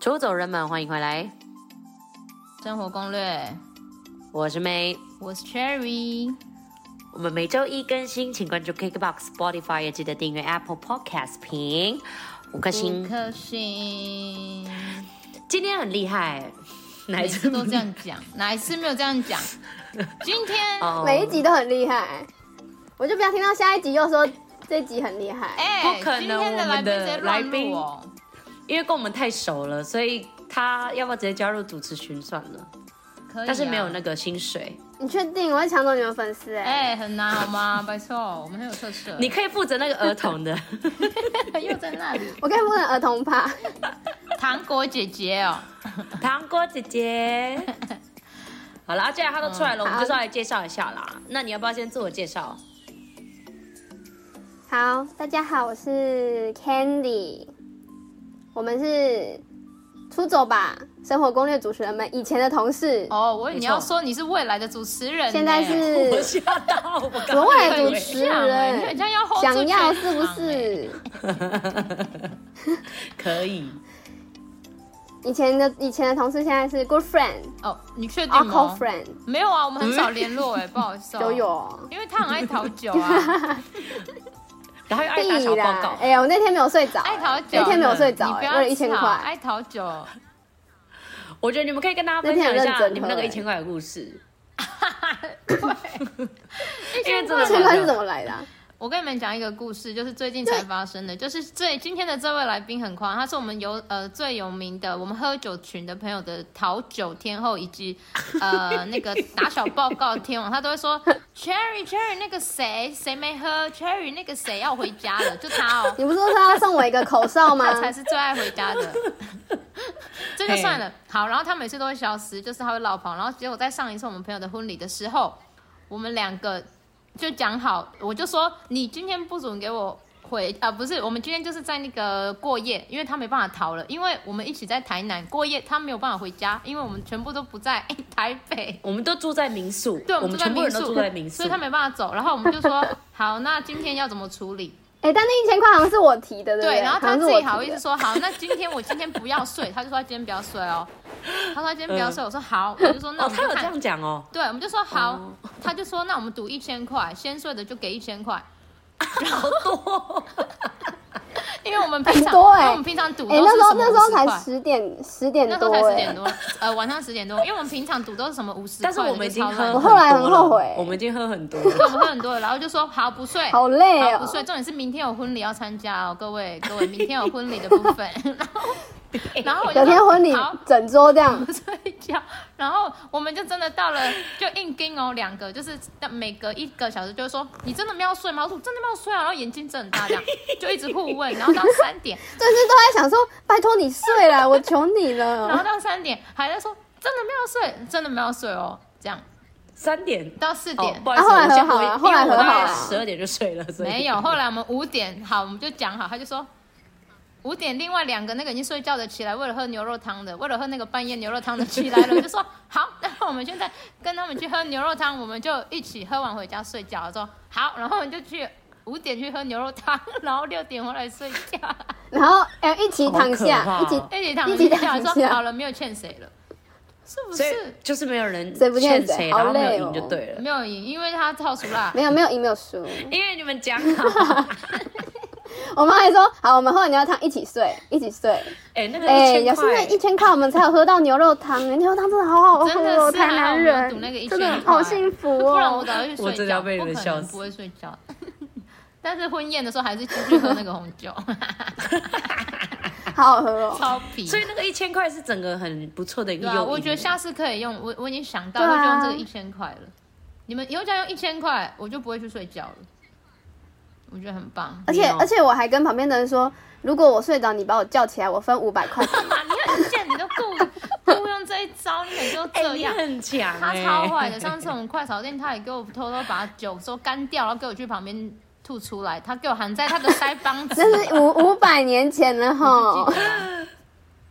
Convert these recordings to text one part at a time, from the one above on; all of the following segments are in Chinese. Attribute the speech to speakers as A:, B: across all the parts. A: 出走人们，欢迎回来，
B: 生活攻略，
A: 我是 May。
B: 我是 Cherry。
A: 我们每周一更新，请关注 KKBOX、Spotify，也记得订阅 Apple Podcast，评五颗
B: 五
A: 星。
B: 颗星，
A: 今天很厉害，哪
B: 每
A: 一
B: 次
A: 次
B: 都这样讲，哪一次没有这 样讲？今天，
A: 哦
C: 每一集都很厉害，我就不要听到下一集又说这集很厉害。
B: 哎、
A: 不可能
B: 今天
A: 我
B: 来
A: 们
B: 宾
A: 的
B: 直接乱入哦。
A: 因为跟我们太熟了，所以他要不要直接加入主持群算了？
B: 可以啊
A: 但是没有那个薪水，
C: 你确定我会抢走你们粉丝、哎、
B: 哎、很难好吗？ 拜托，我们很有特色。
A: 你可以负责那个儿童 的。
B: 又在那里，
C: 我该不会儿童趴？
B: 糖果姐姐哦，
A: 糖果姐 姐。好了，啊既然他都出来
B: 嗯
A: 了，我们就稍微介绍一下啦。那你要不要先自我介 绍？
C: 好，大家好，我是 Candy，我们是出走吧生活攻略主持人们以前的同事，
B: 哦，我以为
A: 没
B: 你
A: 错
B: 要说你是未来的主持人呢，
C: 现在
A: 我
C: 是
A: 吓到 我刚
C: 我
A: 刚。
C: 未来
B: 很
C: 主持
B: 像哎你很
C: 人，
B: 像要 hold 住
C: 想要
B: 全
C: 是不
B: 场哎？
C: 是？
A: 可以，
C: 以前的以前的同事现在是 good friend、
B: 哦，你确定
C: uncle
B: 吗？
C: 啊 friend
B: 没有啊，我们很少联络
A: 嗯
B: 哎，不好意思哦。
C: 都， 有。
B: 因为他很爱讨酒 啊，
A: 然后又爱打
C: 必
A: 小报
C: 啦
A: 告！。
C: 哎、我那天没有睡着、
B: 爱讨酒。
C: 那天没有睡着、
B: 你不
C: 哎
B: 要
C: 为了一千
B: 吵
C: 块。
B: 爱讨酒。
A: 我觉得你们可以跟大家分享一下你们那个一千块的故事， 因为真
C: 一千
A: 的
C: 块
A: 很
C: 是怎么来的啊、
B: 我跟你们讲一个故事，就是最近才发生的，就是最今天的这位来宾很狂，他是我们有呃最有名的我们喝酒群的朋友的讨酒天后，以及 呃那个打小报告天王，他都会说 Cherry Cherry 那个谁谁没喝，Cherry 那个谁要回家了，就他哦，
C: 你不是说他要送我一个口哨吗
B: 他？才是最爱回家 的。这就算了，好，然后他每次都会消失，就是他会落跑，然后结果在上一次我们朋友的婚礼的时候，我们两个就讲好，我就说你今天不准给我回啊、不是，我们今天就是在那个过夜，因为他没办法逃了，因为我们一起在台南过夜，他没有办法回家，因为我们全部都不在、 台北。
A: 我们都住在民宿，
B: 对，
A: 我
B: 们
A: 们
B: 住在
A: 全部
B: 民
A: 人都
B: 宿，
A: 住在民宿，
B: 所以他没办法走。然后我们就说， 好，那今天要怎么处理？
C: 哎、但那一千块好像是我提的，对不
B: 对，
C: 对？
B: 然后
C: 好
B: 他
C: 像是
B: 自
C: 我
B: 己
C: 提
B: 好意
C: 的
B: 思说好，那今天我今天不要睡，他就说他今天不要睡哦，他说他今天不要
C: 嗯
B: 睡，我说好，我就说那我
A: 哦，
B: 们
A: 他有
B: 就
A: 这
B: 看，
A: 样讲 哦，
B: 对，我们就说好
A: 哦，
B: 他就说那我们赌一千块，先睡的就给一千块，
A: 好多，
B: 因为我们平常，
C: 很多欸
B: 因为我们平常赌
C: 哎、
B: 都
C: 那
B: 是
C: 时
B: 什
C: 候
B: 么
C: 那时候
B: 50
C: 才
B: 块。
C: 十点十点
B: 那时
C: 多、
B: 候才十
C: 哎，
B: 点多，呃，晚上十点多，因为我们平常赌都是什么五十块
A: 但
B: 的，
A: 是我们已经
B: 就超
A: 喝，
B: 烂的
C: 我后来很后悔
A: 我们已经喝很多了，
B: 对，我们喝很多了，然后就说好不睡，
C: 好累
B: 好不
C: 哦、
B: 睡。重点是明天有婚礼要参加哦，各位各位，明天有婚礼的部分， 然后 然后我就
C: 有
B: 说
C: 天婚礼
B: 好嗯
C: 整桌这样，
B: 睡觉， 然后我们就真的到了，就硬盯哦，两个就是每隔一个小时就会说你真的没有睡吗？我说真的没有睡啊，然后眼睛睁很大这样，就一直互问，然后到三点，
C: 就是都在想说，拜托你睡了，我求你
B: 然后
C: 了。
B: 到三点还在说真的没有睡，真的没有睡哦，这样
A: 三点
B: 到四
A: 哦
B: 点、，
A: 不好意思，
C: 啊后来
A: 我先
C: 和
A: 我
C: 好了后来
A: 因为我
C: 和好啊
A: 大概
C: 了
A: 十二点就睡了，所以
B: 没有，后来我们五点好，我们就讲好，他就说。五点，另外两个那个已经睡觉的起来，为了喝牛肉汤的，为了喝那个半夜牛肉汤的起来了，我就说好，那我们现在跟他们去喝牛肉汤，我们就一起喝完回家睡觉。我说好，然后我们就去五点去喝牛肉汤，然后六点回来睡 觉，
C: 然后哎、一起
A: 好
C: 躺
A: 可怕
C: 下，
A: 哦
C: 一起
B: 一起躺
C: 一起
B: 着
C: 躺
B: 觉。说
C: 下
B: 好了，没有欠谁了，是不
A: 所以
B: 是？
A: 就是没有人
C: 谁不
A: 欠谁，
C: 欠谁
A: 然后
C: 好
A: 没有
C: 累
A: 赢就
C: 哦
A: 对了，
B: 没有赢，因为他超熟啦。
C: 没有没有赢没有输，
A: 因为你们讲好，
C: 我妈还说好，我们喝完牛肉汤一起睡，一起睡。
A: 哎，那个
C: 哎、
A: 一
C: 也
A: 千
C: 是那
A: 块
C: 一，千块，我们才有喝到牛肉汤、哎牛肉汤真的好好喝
B: 真的
C: 哦，
B: 是
C: 台
B: 还好我
C: 南
B: 没有赌那
C: 人
B: 个一千
C: 真
B: 块
C: 的好幸福哦。
B: 不然我早就去睡觉，
A: 我真的要被你们
B: 不可
A: 笑
B: 能
A: 死
B: 不会睡觉。 但是婚宴的时候还是继续喝那个红酒，
C: 好好喝哦。
B: 超皮。
A: 所以那个一千块是整个很不错的一个
B: 对
A: 诱
B: 啊，
A: 因。欸
B: 我觉得下次可以用，我我已经想到
C: 对啊
B: 会用这个一千块了。你们以后再用一千块，我就不会去睡觉了。我觉得很棒，
C: 而且
A: 哦
C: 而且我还跟旁边的人说，如果我睡着，你把我叫起来，我分五百块。
B: 干嘛？你很贱，你都故故用这一招，你每次都
A: 哎、
B: 这
A: 你
B: 样。
A: 很强、
B: 他
A: 哎
B: 超坏的，上次我们快炒店，他也给我偷偷把酒说干掉，然后给我去旁边吐出来，他给我含在他的腮帮子。
C: 那是哦五五百年前了哈。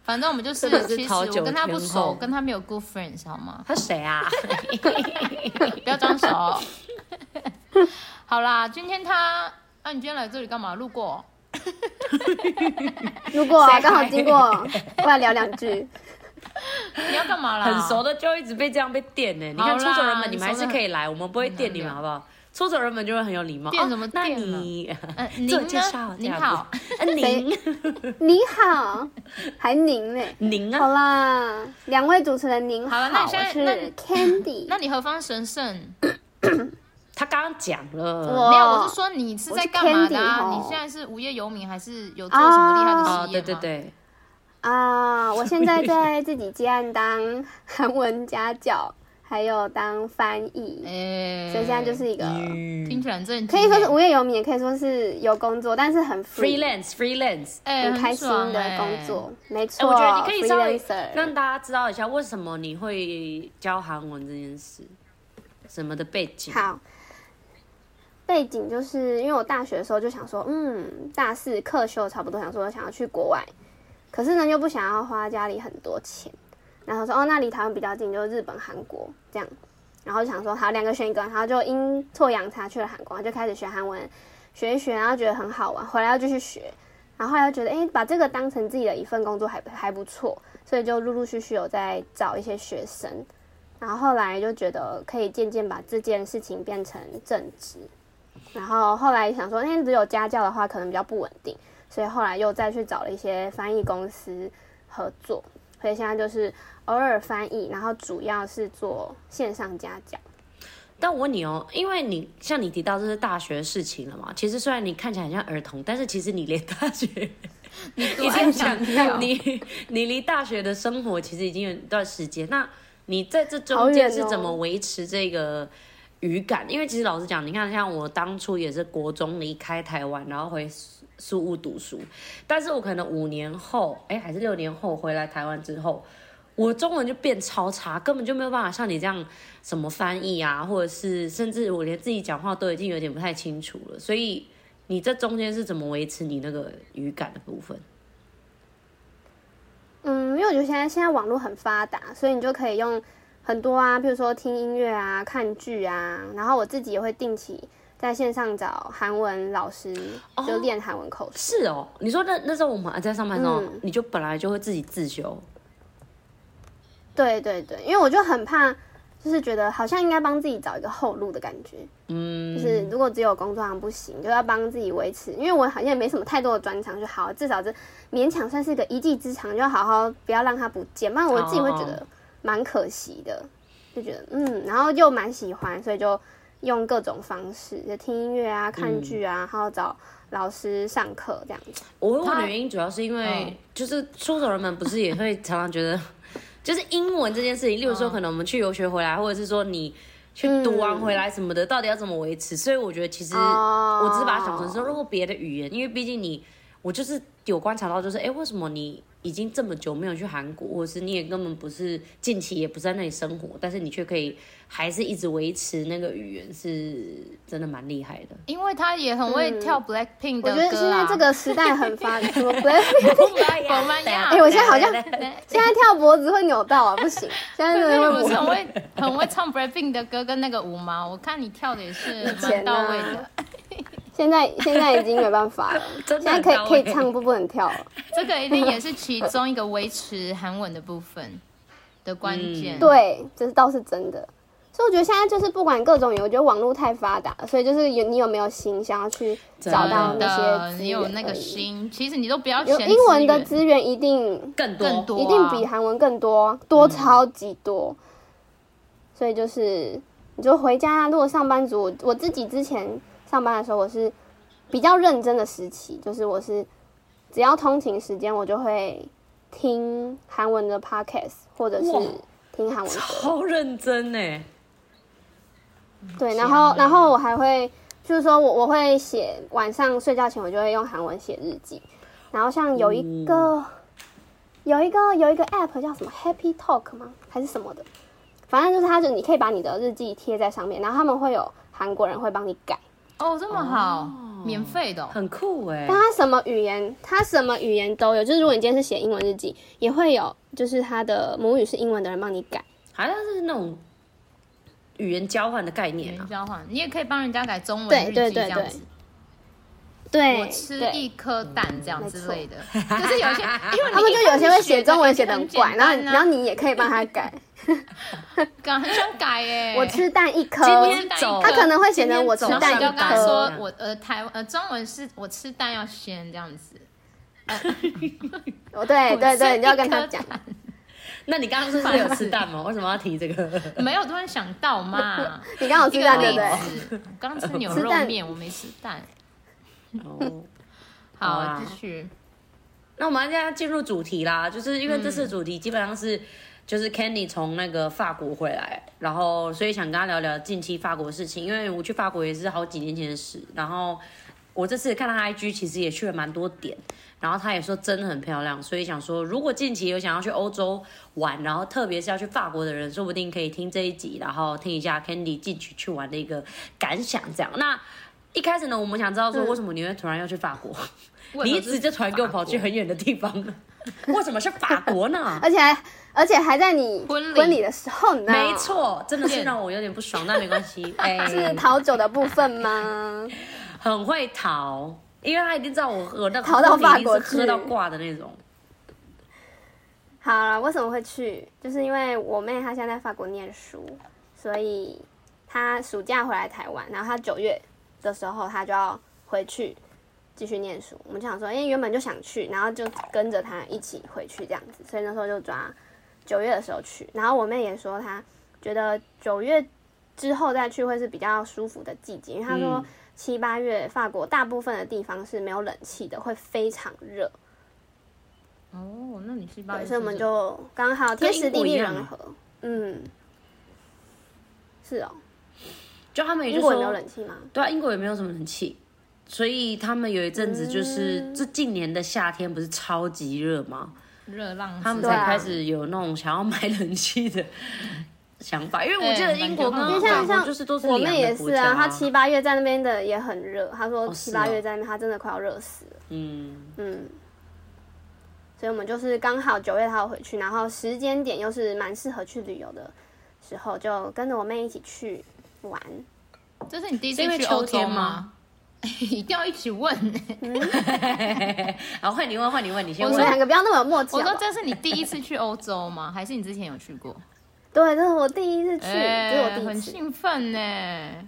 B: 反正我们就是
A: 真的，是
B: 其实
A: 讨酒
B: 我跟他不
A: 天后
B: 熟，跟他没有 good friends 好吗？
A: 他谁啊？
B: 不要装熟。啊好啦，今天他，那、你今天来这里干嘛？路过？
C: 如果啊刚好经过，过来聊两句。
B: 你要干嘛啦？
A: 很熟的就一直被这样被电欸呢、你看
B: 好
A: 出
B: 啦
A: 走人们，
B: 你
A: 你们还是可以来，我们不会电你们，
B: 嗯
A: 好不好？出走人们就会很有礼貌。
B: 电
A: 哦
B: 什么
A: 那
B: 电了
A: 你
B: 嗯，
A: 自我
B: 您
A: 介绍
B: 呢？，您好，
A: 这样子，啊 呃您
C: 你好，还您嘞。
A: 您
C: 好
A: 啊，
C: 啦，两位主持人您
B: 好了那
C: 好，
B: 你现
C: 我
B: 在
C: 是
B: 那
C: Candy。
B: 那你何方神圣？
A: 他刚刚讲
C: 我
A: 了。
B: 没有，我是说你是在干嘛的啊？
C: 哦我是 Candy 哦
B: 你现在是无业游民，还是有做什么厉害的
A: 哦，
B: 事业
A: 对
B: 吗？
A: 对对，
C: 啊，我现在在自己接案当韩文家教，还有当翻译，
B: 哎，
C: 所以现在就是一个
A: 嗯
B: 听起来很正经，
C: 可以说是无业游民，也可以说是有工作，但是很 free
A: freelance freelance。
B: 哎
C: 很开心
B: 爽
C: 的
B: 哎
C: 工作。没
A: 哎，
C: 错，
A: 我觉得你可以稍微
C: freelancer
A: 让大家知道一下，为什么你会教韩文这件事，什么的背景。
C: 好，背景就是因为我大学的时候就想说，嗯，大四课修差不多，想说想要去国外，可是呢又不想要花家里很多钱，然后说哦，那离台湾比较近就是日本、韩国这样，然后就想说哦好两个选一个，然后就阴错阳差去了韩国，然后就开始学韩文，学一学，然后觉得很好玩，回来又继续学。然后后来又觉得，哎，把这个当成自己的一份工作还还不错，所以就陆陆续续有在找一些学生，然后后来就觉得可以渐渐把这件事情变成正职，然后后来想说，因为只有家教的话可能比较不稳定，所以后来又再去找了一些翻译公司合作，所以现在就是偶尔翻译，然后主要是做线上家教。
A: 但我问你哦，因为你像你提到这是大学的事情了嘛，其实虽然你看起来很像儿童，但是其实你连大学
B: 你
A: 已
B: 多爱
A: 经
B: 强
A: 想
B: 调，
A: 你 你离大学的生活其实已经有一段时间，那你在这
C: 好
A: 中
C: 远
A: 间
C: 哦
A: 是怎么维持这个语感？因为其实老实讲，你看像我当初也是国中离开台湾，然后回苏苏屋读书，但是我可能五年后，哎、还是六年后回来台湾之后。我中文就变超差，根本就没有办法像你这样什么翻译啊，或者是甚至我连自己讲话都已经有点不太清楚了。所以你这中间是怎么维持你那个语感的部分？
C: 嗯，因为我觉得现在现在网络很发达，所以你就可以用很多啊，比如说听音乐啊、看剧啊，然后我自己也会定期在线上找韩文老师，就练韩文口试。
A: 是哦，你说那那时候我们还在上班的时候，
C: 嗯
A: 你就本来就会自己自修，
C: 对对对，因为我就很怕，就是觉得好像应该帮自己找一个后路的感觉。嗯，就是如果只有工作上不行，就要帮自己维持，因为我好像也没什么太多的专长，就好，至少这勉强算是个一技之长，就要好好不要让它不见，不然我自己会
A: 哦
C: 觉得蛮可惜的，就觉得嗯，然后又蛮喜欢，所以就用各种方式，就听音乐啊、
A: 嗯
C: 看剧啊，然后找老师上课这样子。
A: 我会问
B: 他
A: 的原因主要是因
B: 嗯
A: 为，就是出走人们不是也会常常觉得， 就是英文这件事情，例如说可能我们去游学回来，或者是说你去读完回来什么的，到底要怎么维持？所以我觉得其实
C: 哦
A: 我只是把它想成说，如果别的语言，因为毕竟你，我就是有观察到，就是哎、诶为什么你已经这么久没有去韩国，或者是你也根本不是近期也不是在那里生活，但是你却可以还是一直维持那个语言，是真的蛮厉害的。
B: 因为他也很会跳 Blackpink
C: 嗯我
B: 的
C: 觉
B: 歌啊。
C: 得现在这个时代很 发达，什么 Blackpink
B: 我们要
C: 哎、我现在好像现在跳脖子会扭到啊，不 行，现在真
B: 因为
C: 的会
B: 我
C: 脖
B: 是
C: 子
B: 很会很会唱 Blackpink 的歌跟那个舞嘛，我看你跳的也是蛮到位
C: 以前啊
B: 的。
C: 现在现在已经没办 法了，
A: 真的
C: 现在
A: 很
C: 可以
B: 欸
A: 到
C: 可
A: 位
C: 以唱，不不能跳了。
B: 这个一定也是其中一个维持韩文的部分的关键。
A: 嗯，
C: 对，这是倒是真的。所以我觉得现在就是不管各种有，我觉得网络太发达，所以就是有你有没有心想要去找到
B: 真
C: 那
B: 的，
C: 些资
B: 你
C: 源而
B: 有
C: 已，
B: 那个心，其实你都不要
C: 有
B: 嫌
C: 英文的
B: 资源
C: 资源一定
A: 更多
B: 更多、啊，
C: 一定比韩文更多，多超级多。所以就是，你就回家，如果上班族，我我自己之前上班的时候，我是比较认真的时期，就是我是只要通勤时间，我就会听韩文的 podcast，或者是
A: 哇
C: 听韩文歌。
A: 超认真欸呢。
C: 对，
B: 天
C: 然后
B: 哪
C: 然后我还会，就是说我我会写晚上睡觉前，我就会用韩文写日记。然后像有一个、有一个有一个 app 叫什么 Happy Talk 吗？还是什么的？反正就是它就你可以把你的日记贴在上面，然后他们会有韩国人会帮你改。
B: 哦，这么好，免费的哦、
A: 很酷哎、
C: 但它什么语言，它什么语言都有。就是如果你今天是写英文日记，也会有就是他的母语是英文的人帮你改。
A: 好像是那种语言交换的概
B: 语
A: 念
B: 言
A: 啊。
B: 交换，你也可以帮人家改中文日
C: 对
B: 记
C: 对
B: 这
C: 对
B: 样子。
C: 对，
B: 我吃
C: 对
B: 一颗蛋这样之 类的，
A: 错
B: 就是有一些，因为
C: 他们就有些会写中文写的
B: 的
C: 很怪，然后然
B: 后
C: 后你也可以帮他改。
B: 很想改耶。
C: 我吃蛋一颗，
A: 今
B: 吃
A: 天
B: 蛋一
A: 走，
B: 颗
C: 他可能会显得我吃
B: 然后
C: 蛋
B: 你
C: 一
B: 就
A: 要
B: 跟他
A: 走
B: 说
A: 蛋一，颗
B: 我呃台呃中文是我吃蛋要先这样子，
C: 哦，对对
B: 我吃
C: 对，你就要跟
B: 一
C: 他
B: 颗
C: 讲，
B: 蛋
A: 那你刚刚是不是有吃蛋吗？为什么要提这个？
B: 没有突然想到嘛，
C: 你刚好
B: 一
C: 吃
B: 个
C: 蛋对
B: 例
C: 不对？
B: 子，我刚吃牛
C: 吃
B: 肉
C: 蛋
B: 面，我没吃蛋。
A: 哦，好
B: 好，
A: 啊
B: 继续。
A: 那我们现在进入主题啦，就是因为这次的主题基本上是。就是 Kenny 从那个法国回来，然后所以想跟他聊聊近期法国的事情，因为我去法国也是好几年前的事。然后我这次看他 IG，其实也去了蛮多点，然后他也说真的很漂亮，所以想说如果近期有想要去欧洲玩，然后特别是要去法国的人，说不定可以听这一集，然后听一下 Candy 近期去玩的一个感想。这样，那一开始呢，我们想知道说为什么你会突然要去法国？你一直就突然给我跑去很远的地方了， 为什么是法国呢？
C: 而且还而且还在你
B: 婚礼
C: 婚礼的时候呢，
A: 没，错，真的是让我有点不 爽，但没关系，哎、
C: 是逃酒的部分吗？
A: 很会逃，因为他一定知道我喝那个
C: 逃到法国
A: 一定是喝到
C: 去
A: 挂的那种。
C: 好了，为什么会去？就是因为我妹她现在在法国念书，所以她暑假回来台湾，然后她九月的时候她就要回去继续念书。我们就想说，因为原本就想去，然后就跟着她一起回去这样子，所以那时候就抓九月的时候去。然后我妹也说，她觉得九月之后再去会是比较舒服的季节，因为她说
A: 嗯
C: 七八月法国大部分的地方是没有冷气的，会非常热。
B: 哦，那你是八
C: 对，
B: 月，
C: 所以我们就刚好天时地利人和。嗯，是哦，
A: 就他们也
C: 英
A: 就
C: 国
A: 说
C: 也没有冷气吗？
A: 对啊，英国也没有什么冷气，所以他们有一阵子就是、
C: 嗯
A: 这近年的夏天不是超级热吗？
C: 啊
B: 热浪，
A: 他们
C: 对
A: 才
C: 啊
A: 开始有那种想要买冷气的想法，因为我记得
B: 对
A: 英国跟
B: 因
A: 法
B: 为
A: 国
B: 像
C: 像
A: 就是都是
C: 我
A: 凉
C: 妹
A: 的
C: 也
A: 国
C: 是
A: 家
C: 啊，她七八月在那边的也很热，她说
A: 哦
C: 七
A: 是
C: 八
A: 哦
C: 月在那边她真的快要热死了。
A: 嗯，
C: 嗯，所以我们就是刚好九月她要回去，然后时间点又是蛮适合去旅游的时候，就跟着我妹一起去玩。
B: 这是你第一次
A: 是因为
B: 去
A: 秋
B: 欧洲
A: 天
B: 吗
A: 吗？一
B: 一定要一起问欸、
A: 好，换你问，换你问，你先
C: 我
A: 问。
C: 们两个不要那么哦有默契
B: 我
C: 好不
B: 说
C: 好
B: 这是你第一次去欧洲吗？ 还是你之前有去过？
C: 对，这是我第一次去，这是我
B: 哎
C: 第一
B: 很
C: 次。
B: 兴奋呢、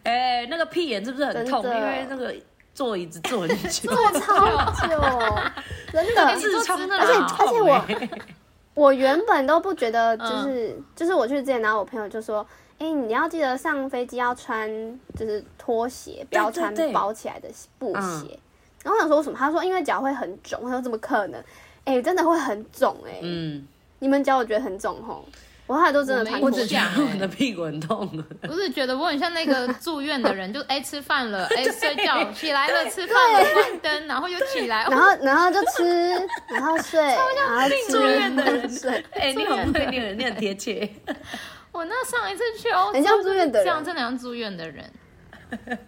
A: 哎、那个屁眼是不是很痛？
C: 真的
A: 因为那个坐椅子坐很久，
C: 坐超久， 真的，
A: 痔疮真的
B: 而且
A: 很痛
C: 而且我
A: 哎
C: 我原本都不觉
A: 嗯
C: 得，就是、就是我去之前，然后我朋友就说：“哎、你要记得上飞机要穿就是拖鞋，不要
A: 对
C: 穿
A: 对
C: 包起来的布鞋。
A: 嗯
C: 然后我想说为什么？他说因为脚会很肿。我说怎么可能？哎、真的会很肿哎、
A: 嗯，
C: 你们脚我觉得很肿吼，我欸后来都真的
B: 我没
C: 穿
B: 有
C: 拖
A: 我
B: 不
A: 只
C: 鞋。
A: 觉
B: 像
A: 得
B: 哎
A: 我的屁股很痛。
B: 我只觉得我很像那个住院的人，就哎、吃饭了， 哎、睡觉，起来了吃饭了，关灯，然后又起 来，
C: 然
B: 哦、
C: 后，然后就吃，然后睡，然后吃，
A: 住院的人
C: 睡，
A: 哎、你很会，你很你很贴切。
B: 我那上一次去欧洲，
C: 很像住院的
B: 这样
C: 人。
B: 真的像住院的人。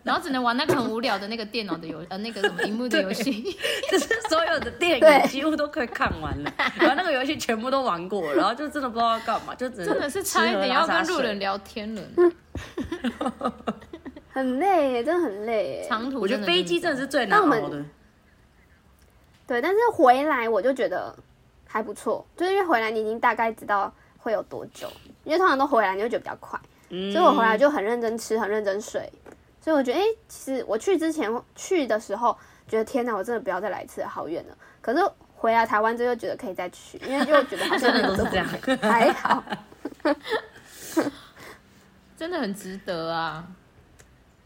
B: 然后只能玩那个很无聊的那个电脑的游，呃，那个 什么荧幕的游戏。
A: 就是所有的电
C: 对
A: 影几乎都快看完了，然后那个游戏全部都玩过，然后就真的不知道要干嘛，就只能
B: 真的是差一点要跟路人
A: 聊。
B: 聊天了呢，
C: 很累耶，真的很累耶。
B: 长途
A: 我觉
B: 真的
A: 得
B: 是
A: 飞机
B: 这
A: 真
B: 样
A: 的是最难
C: 那
A: 熬
C: 我
A: 的
C: 们，对，但是回来我就觉得还不错，就是因为回来你已经大概知道会有多久，因为通常都回来你就觉得比较快，
A: 嗯
C: 所以我回来就很认真吃，很认真睡，所以我觉得，哎、其实我去之前去的时候觉得天哪，我真的不要再来一次了，好远了。可是回来台湾之后又觉得可以再去，因为就觉得好像
A: 真
C: 没
A: 的
C: 有
A: 都是
C: 这
A: 这样。
C: 么 还好。
B: 真的很值得啊！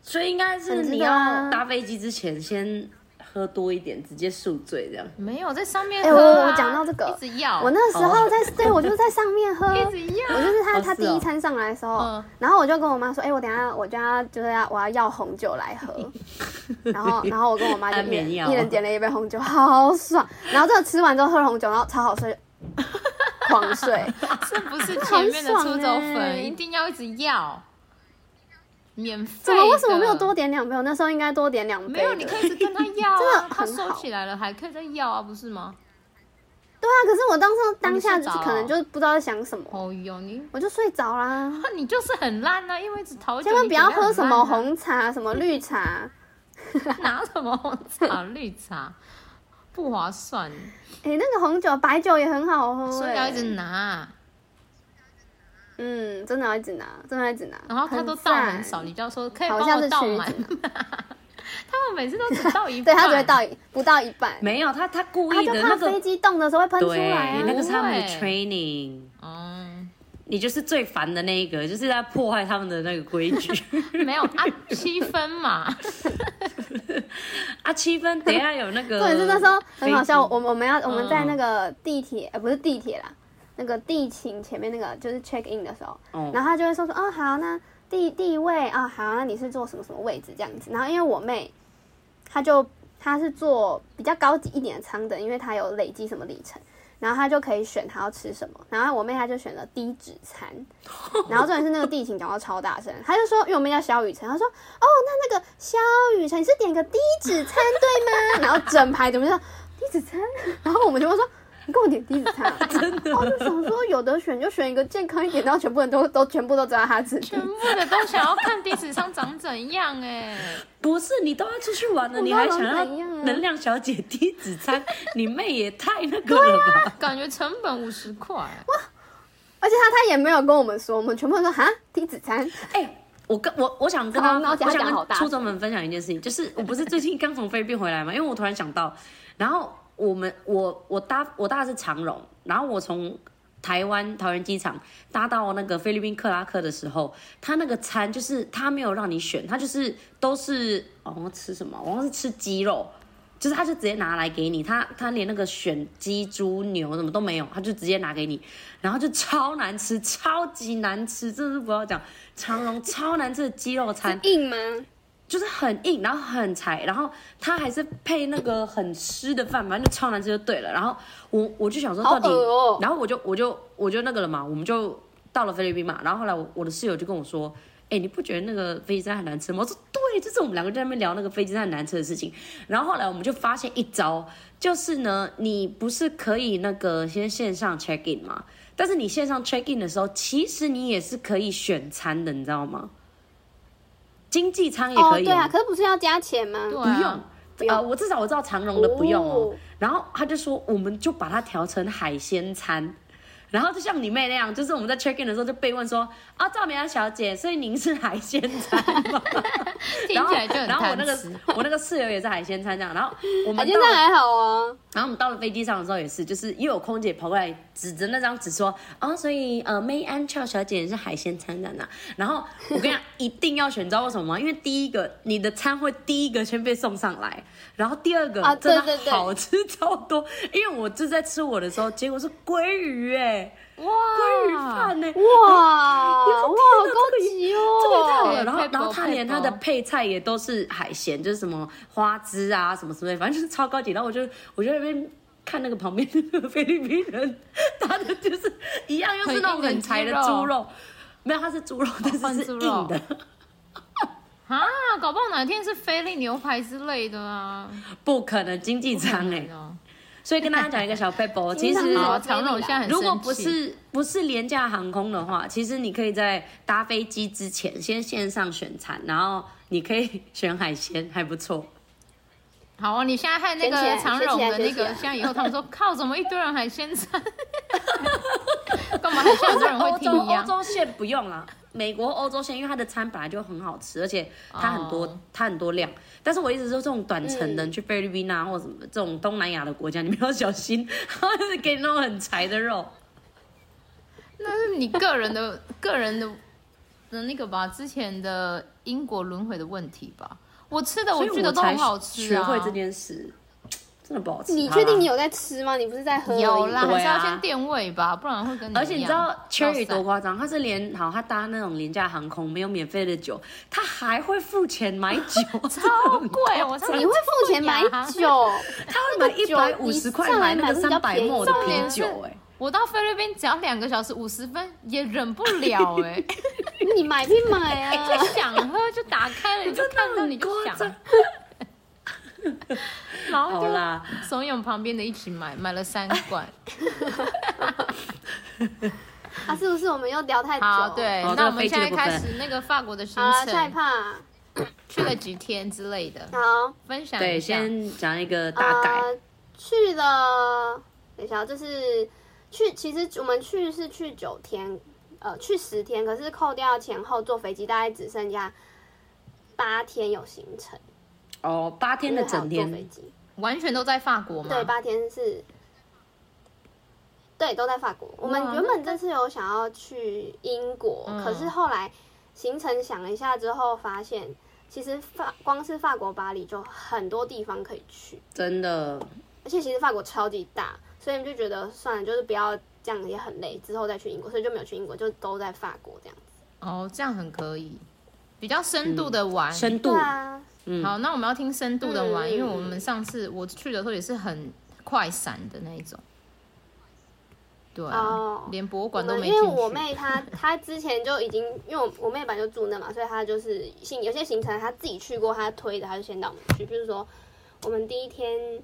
A: 所以应该是
C: 很值
A: 你
C: 得
A: 要
C: 啊
A: 搭飞机之前先喝多一点，直接宿醉这样。
B: 没有在上面
C: 哎
B: 喝啊、
C: 我我讲到这个
B: 一直要，
C: 我那时候在，对我就是在上面喝，
B: 一直要，
C: 我就是他，
A: 哦
C: 他
A: 是
C: 第一
A: 哦
C: 餐上来的时候，
B: 嗯
C: 然后我就跟我妈说：“哎、我等一下我就要就是要我要要红酒来喝。”
B: 嗯
C: 然后然后我跟我妈 就
A: 安
C: 一人
A: 眠药
C: 一人点了一杯红酒，好爽。然后这个吃完之后喝了红酒，然后超好 睡，狂睡。
B: 这 不是前面的出
C: 很
B: 走
C: 爽
B: 粉，
C: 欸
B: 一定要一直要，免费的。
C: 怎么为什么没有多点两杯？我那时候应该多点两杯。
B: 没有，你可以一直跟他要、啊，
C: 真的
B: 他
C: 很
B: 收
C: 好
B: 起来了，还可以再要啊，不是吗？
C: 对啊，可是我当时当
B: 哦
C: 下
B: 你睡
C: 就是
B: 着
C: 可能
B: 了
C: 就是不知道在想什么，
B: 哦哟，你
C: 我就睡着啦。
B: 哦那你就是很烂啊，因为一直逃酒，
C: 千万不要喝
B: 你怎
C: 什么
B: 么样很烂啊
C: 红茶、什么绿茶，
B: 拿什么红 茶绿茶，不划算，
C: 哎、那个红酒、白酒也很好喝、
B: 所以要一直拿。
C: 嗯，真的要一直拿，真的要一直拿。
B: 然后他都倒
C: 赞
B: 很少，你就要说可以
C: 好
B: 帮
C: 像
B: 我
C: 是
B: 倒
C: 曲
B: 满。 他们每次都只倒一
C: 对
B: 半，
C: 他只会到一不到一半，
A: 没有他他故
C: 他
A: 意
C: 就
A: 的
C: 怕
A: 那
C: 飞
A: 个，
C: 机动的时候会喷出
A: 对
C: 来啊。，
A: 那个是他们的
B: 不会
A: training。
B: 嗯。
A: 你就是最烦的那一个，就是在破坏他们的那个规 矩
B: 没有啊，七分嘛，
A: 啊！七分，等一下有那 个，
C: 重点是那时候很好笑，
A: 飞机嗯
C: 我们我们要我们在那个地铁，呃，不是地铁啦，那个地勤前面那个就是 check in 的时候，
A: 哦
C: 然后他就会说说，哦好，那第第一位啊、好，那你是坐什么什么位置这样子。然后因为我妹，她就她是坐比较高级一点的舱的，因为她有累积什么里程，然后她就可以选她要吃什么。然后我妹她就选了低脂餐， 然后哦重点是那个地勤讲到超大声，她就说，因为我妹叫萧雨辰，她说哦那那个萧雨辰你是点个低脂餐对吗？然后整排怎么就说低脂餐，然后我们就会说。你跟我点低脂餐、啊， 真的？哦，就想说有的选就选一个健康一点，然后全部人都啊都全部都知道他自己
B: 全。部的都想要看地址上长怎样哎、
A: 不是你都要出去玩了，
C: 我不
A: 你
C: 知道
A: 还想要
C: 怎样啊
A: 能量小姐低脂餐，你妹也太那个了
C: 啊
A: 吧？
B: 感觉成本五十块，
C: 而且他他也没有跟我们说，我们全部人说哈低脂餐，
A: 哎、我跟我我想跟他，
C: 超闹且
A: 我
C: 他
A: 想
C: 讲好大
A: 跟
C: 声，
A: 初中们分享一件事情，就是我不是最近刚从菲律宾回来嘛，因为我突然想到，然后我们我我搭我搭的是长荣，然后我从台湾桃园机场搭到那个菲律宾克拉克的时候，他那个餐就是他没有让你选，他就是都是哦我要吃什么，我好像是吃鸡肉。就是他就直接拿来给你，他他连那个选鸡、猪、牛什么都没有，他就直接拿给你，然后就超难吃，超级难吃，真的是不要讲。长荣超难吃的鸡肉餐
C: 硬吗？
A: 就是很硬，然后很柴，然后它还是配那个很湿的饭，反正就超难吃就对了。然后我我就想说到底，
C: 好恶哦
A: 然后我就我就我就那个了嘛，我们就到了菲律宾嘛。然后后来我我的室友就跟我说。哎、你不觉得那个飞机餐很难吃吗？我说对，就是我们两个在那边聊那个飞机餐很难吃的事情。然后后来我们就发现一招，就是呢，你不是可以那个先线上 check in 吗？但是你线上 check in 的时候，其实你也是可以选餐的，你知道吗？经济舱也
C: 哦
A: 可以、
C: 对啊，可是不是要加钱吗？
B: 对
A: 不用
B: 啊，。
C: 不用
A: 呃，我至少我知道长荣的不用哦。
C: 哦
A: 然后他就说，我们就把它调成海鲜餐。然后就像你妹那样，就是我们在 check in 的时候就被问说啊，赵美兰小姐，所以您是海鲜餐吗？然
B: 听
A: 后
B: 起来就很
A: 然后我那
B: 贪
A: 个
B: 吃。
A: 我那个室友也是海鲜餐这样。然后我
C: 海
A: 们
C: 鲜
A: 到
C: 餐还好哦，
A: 然后我们到了飞机上的时候也是，就是又有空姐跑过来指着那张纸说，啊、所以呃，May and Chow 小姐是海鲜餐的呢。然后我跟你讲，一定要选，你知道为什么吗？因为第一个，你的餐会第一个先被送上来，然后第二个、
C: 啊对
A: 真
C: 对
A: 的
C: 对
A: 好吃超多。因为我就在吃我的时候，结果是鲑鱼哎、
C: 啊
A: 鲑鱼
B: 哇，
A: 饭呢、
C: 哇
A: 你
C: 哇，
A: 说
C: 好
A: 天哪哎这
C: 高
A: 个也
C: 级
A: 这个也太好
C: 哦！
A: 了，然后
B: 对配
A: 然后
B: 包
A: 他
B: 配
A: 连他
B: 包
A: 的配菜也都是海鲜，就是什么花枝啊什么什么的，反正就是 超高级。然后我就我就在那边看那个旁边那个菲律宾人，他的就是一样又是那种
B: 很硬的
A: 很柴的
B: 鸡肉
A: 猪肉，没有他是猪肉，但
B: 换
A: 是是
B: 猪肉
A: 硬的。
B: 啊，搞不好哪天是菲力牛排之类的啊！
A: 不可能经济舱哎、
B: 哦，
A: 所以跟大家讲一个小 paper，其实
C: 经济舱
B: 啊好，
C: 是
B: 长荣现在很生气
A: 啊如果不是不是廉价航空的话，其实你可以在搭飞机之前先线上选餐，然后你可以选海鲜，还不错。
B: 好啊，你现在害那
C: 学起
B: 个
C: 来
B: 长荣
A: 啊
B: 的那
C: 学起来
B: 个，
C: 学
B: 现在以后他们说靠，怎么一堆人海鲜餐？ 干嘛还像有人会听一
A: 欧
B: 样？
A: 洲线不用啦，美国、欧洲线，因为它的餐本来就很好吃，而且它很多、
B: 哦
A: 它很多量。但是我一直说这种短程的，
C: 嗯
A: 你去菲律宾啊或什么这种东南亚的国家，你们要小心， 他们是给你那种很柴的肉。
B: 那是你个人的 个人的的那个吧，之前的因果轮回的问题吧。我吃的
A: 所
B: 我
A: 以
B: 觉得都
A: 才
B: 很好吃
A: 学
B: 啊，
A: 会这件事，真的不好吃。啊
C: 你确定你
A: 有？
C: 有在吃吗？你不是在喝而已吗？
B: 有啦，
A: 对啊
B: 还是要先垫位吧，不然会跟你一样。
A: 而且你知道 Cherry 多
B: 要散
A: 夸张，他是连好他搭那种廉价航空没有免费的酒，他还会付钱买酒，
B: 超贵，我上次
C: 你会付钱买
A: 啊
C: 酒？
A: 他会买一百五十块
C: 上来
A: 买那
C: 买
A: 个
C: 是比较
A: 三百
C: 便宜
A: 沫的
B: 重
A: 啤
B: 点是
A: 酒、哎。
B: 我到菲律宾只要两个小时五十分也忍不了哎、
C: 你买不买啊
B: 就？想喝就打开了，你就看到你就想，啊
C: 哦
B: 然后
A: 好
B: 就
A: 啦，
B: 怂恿旁边的一起买，买了三 罐。
C: 啊，是不是我们又聊太久？
B: 好，对
A: 好，
B: 那
A: 这
B: 我
A: 个
B: 们
A: 飞机
B: 现
A: 的
B: 在
A: 部
B: 开
A: 分
B: 始那个法国的行
C: 好啦，下
B: 程。
C: 一趴。
B: 去了几天之类的，
C: 好，
B: 分享
A: 对，
B: 一下。
A: 先讲一个大概，
C: 呃、去了，等一下，这是去，其实我们去是去九天，呃，去十天，可是扣掉前后坐飞机，大概只剩下八天有行程，呃
A: 哦，八天的整
C: 因为还有
A: 天，
C: 坐飞机，
B: 完全都在法国嘛？
C: 对，八天是。对，都在法国。我们
B: 哇
C: 原本这次有想要去英国，
B: 嗯
C: 可是后来行程想了一下之后，发现其实法光是法国巴黎就很多地方可以去。
A: 真的，
C: 而且其实法国超级大，所以我们就觉得算了，就是不要这样也很累，之后再去英国，所以就没有去英国，就都在法国这样。
B: 哦，这样很可以，比较深度的玩。
A: 嗯深度
C: 对，啊，
B: 好，那我们要听深度的玩，
C: 嗯
B: 因为我们上次我去的时候也是很快闪的那一种。对啊、
C: 哦
B: 连博物
C: 我
B: 馆都
C: 们
B: 没
C: 因
B: 进去。
C: 为我妹 她她之前就已经，因为我我妹本来就住那嘛，所以她就是行有些行程她自己去过，她推的，她就先带我们去。比如说，我们第一天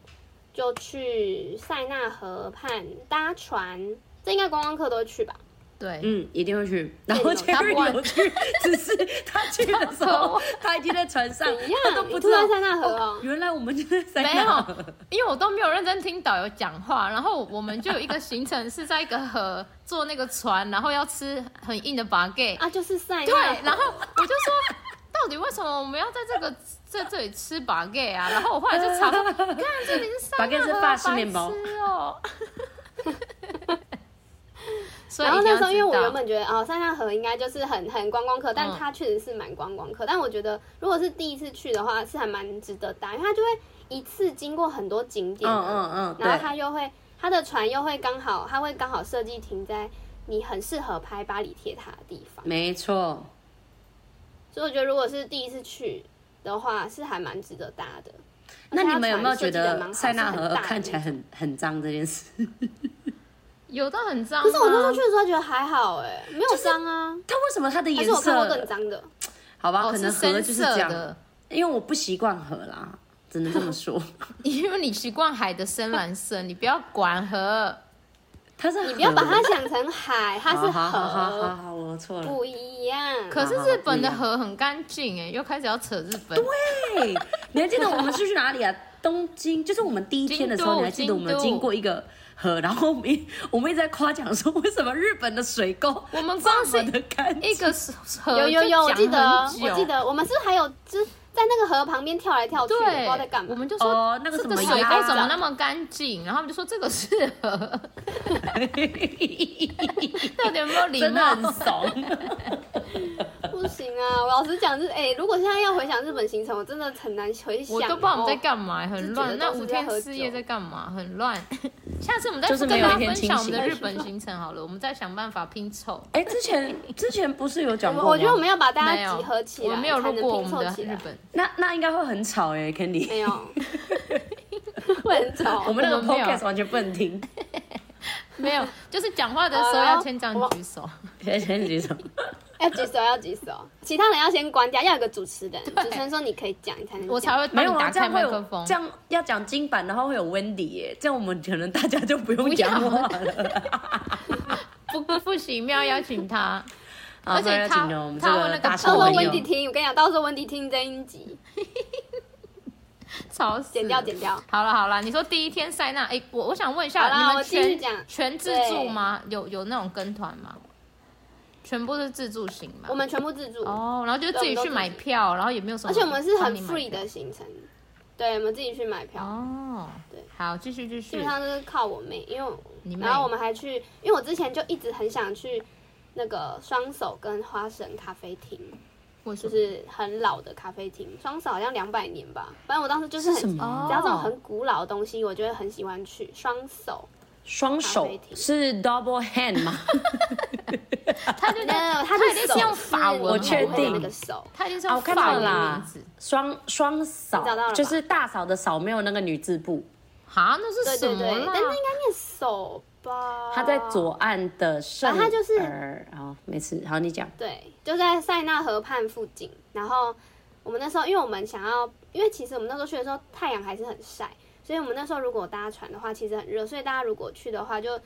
C: 就去塞纳河畔搭船，这应该观光客都会去吧？
B: 对，
A: 嗯，一定会去。然后
C: 那种
A: j e
B: 他
A: r
B: 不玩
A: 有去， 只是他去的 时候，他已经在船上，
C: 一样
A: 他都，
C: 你
A: 不知
C: 住在
A: 道。
C: 塞纳河哦。
A: 原来我们就在塞
B: 没
A: 纳
B: 有
A: 河，
B: 因为我都没有认真听导游讲话，然后我们就有一个行程是在一个河坐那个船，然后要吃很硬的 b a g u e
C: 啊，就是塞纳
B: 对
C: 河，，
B: 然后我就说，到底为什么我们要在这个 在这里吃 b a g u e 啊？然后我后来就 查说，看这里是塞纳
C: 啊
A: baguette
B: 河
A: 是法式面包
B: 白痴哦。 所以
C: 然后
B: 一定要
C: 那时候，因为我
B: 知道
C: 原本觉得哦，塞纳河应该就是很很观光客，但
B: 嗯
C: 它确实是蛮观光客。但我觉得如果是第一次去的话，是还蛮值得搭，因为它就会一次经过很多景点，啊
A: 嗯嗯嗯，
C: 然后
A: 对，
C: 它又会它的船又会刚好，它会刚好设计停在你很适合拍巴黎铁塔的地方。
A: 没错，
C: 所以我觉得如果是第一次去的话，是还蛮值得搭的。
A: 那你们有没有
C: 而且
A: 觉
C: 它船设计得
A: 得
C: 蛮好
A: 塞纳河看起？
C: 是
A: 来
C: 很大的
A: 很很脏这件事？
B: 有的很脏、啊，
C: 可是我那时候
A: 嗯
C: 去的时候觉得还好哎、没有脏啊，
A: 它为什么它的
C: 还
A: 颜
C: 是我看过更
A: 色？
C: 脏的。
A: 好吧，
B: 哦
A: 可能
B: 是
A: 河
B: 深
A: 就是这
B: 色
A: 样，
B: 的，
A: 因为我不习惯河啦，只能这么说。
B: 因为你习惯海的深蓝色，你不要管 河。
A: 它是
C: 你不要把它
A: 河
C: 想成海，它
B: 啊
C: 是
A: 好好好好
C: 河，
A: 好，我错了。
C: 不一样。
B: 可是日本的河很干净哎，又开始要扯日本。
A: 对，你还记得我们是去哪里啊？ 东京，就是我们第一天的时
B: 京
A: 候，
B: 都
A: 你还记得我们有
B: 京都
A: 经过一个河，然后我们一我们一直在夸奖说，为什么日本的水沟
C: 啊
B: 我们光
A: 这
B: 是
A: 么的干净？
B: 一个河
C: 有有有，我
B: 就
C: 记
B: 讲
C: 得
B: 很久
C: 我记得，我们是不是还有就是在那个河旁边跳来跳去，不知道在干
B: 对，
C: 嘛。
B: 我们就说
A: 哦，那个
B: 这
A: 什
B: 个
A: 么
B: 水
A: 鸭
B: 沟怎么那么干净？然后他们就说这个是河，到底有没有礼
A: 真 的很？哦
B: 貌
A: 怂。
C: 不行啊！我老实讲是，哎，如果现在要回想日本行程，我真的很难回想。哦
B: 我都不知道我们在干嘛，很
C: 就
B: 乱。
C: 觉得
B: 那
C: 都
B: 五
C: 是在
B: 天
C: 喝酒
B: 四夜在干嘛？很乱。下次我们再
A: 就是
B: 跟
A: 没有
B: 大家
A: 一天
B: 分享我们的
A: 清
B: 日
A: 醒
B: 本行程好了，我们再想办法拼凑。
A: 哎，之前之前不是有
C: 我
A: 讲
C: 们
A: 过
C: 我觉得我们
A: 吗
C: 要把大
B: 没
C: 家
B: 有
C: 集合起来，
B: 我没有
C: 才
B: 路
C: 能
B: 过我
C: 拼
B: 们
C: 凑
B: 的
C: 起
B: 日
C: 来。
B: 本。
A: 那那应该会很吵哎，Candy，
C: 没有， 会很吵。
A: 我们那
B: 我
A: 个
B: 们没有
A: podcast 完全不能听。
B: 没有，就是讲话的时候要先这样举
A: 哦
B: 手。
A: 先先举手，
C: 要举手，要举手，其他人要先关掉，要有个主持人。主持人说你可以讲，你才能讲。
B: 我才会
A: 没
B: 帮
A: 有
B: 你
A: 啊，
B: 打
A: 这
B: 开
A: 样会
B: 麦
A: 有
B: 克风。
A: 这样要讲金版，然后会有 Wendy 耶，这样我们可能大家就不
B: 不
A: 用
B: 要
A: 讲话 了。
B: 不不不行，没有邀请他。
A: 好
B: 而且
A: 那要
B: 他
A: 请我们
B: 他
A: 这
B: 问那
A: 个
B: 个
A: 大
B: 朋
A: 小
C: 到时候
B: 友
A: 朋
C: 温
A: 友
C: 迪听，我跟你讲，到时候温迪听这一集，
B: 吵死！
C: 剪掉，剪掉。
B: 好了好了，你说第一天塞纳，哎、我我想问一下，
C: 好啦
B: 你
C: 我
B: 们
C: 继续
B: 全
C: 讲
B: 全自助吗？有有那种跟团吗？全部是自助型吗？
C: 我们全部自助，
B: 哦，然后就自己去买票，然后也没有什么，
C: 而且我们是很
B: 帮你买
C: free 的行程，对，我们自己去买票，
B: 哦。
C: 对，
B: 好，继续继
C: 基
B: 续
C: 本。上都是靠我妹，因为我
B: 你妹
C: 然后我们还去，因为我之前就一直很想去那个双手跟花神咖啡厅，
B: 为什
C: 就
B: 么？
C: 是很老的咖啡厅，双手好像两百年吧，反正我当时就是
A: 是什
C: 很，只
A: 么
B: 哦
C: 要这种很古老的东西，我就会很喜欢去双手。
A: 双手
C: 咖啡厅
A: 是 double hand 吗？
B: 他就
C: 那
B: 他
C: 的
B: 一定
C: 手
B: 是用法文，
A: 我确
B: 好不好
A: 定
C: 那个手，
B: 他一定是
A: 哦，
B: 用
A: 我看到
B: 法
A: 了
B: 文的
A: 啦
B: 名字。，
A: 双双
C: 你找到了
A: 扫
C: 吧
A: 就是大嫂的嫂，没有那个女字部，
B: 啊，那是
C: 对
B: 什
C: 对
B: 么
C: 对，
B: 啦
C: 但是应该念手吧？
A: 她在左岸的圣
C: 哦反正她就是
A: 儿，好，没事，好，你讲，
C: 对，就在塞纳河畔附近。然后我们那时候，因为我们想要，因为其实我们那时候去的时候太阳还是很晒，所以我们那时候如果搭船的话，其实很热。所以大家如果去的话，就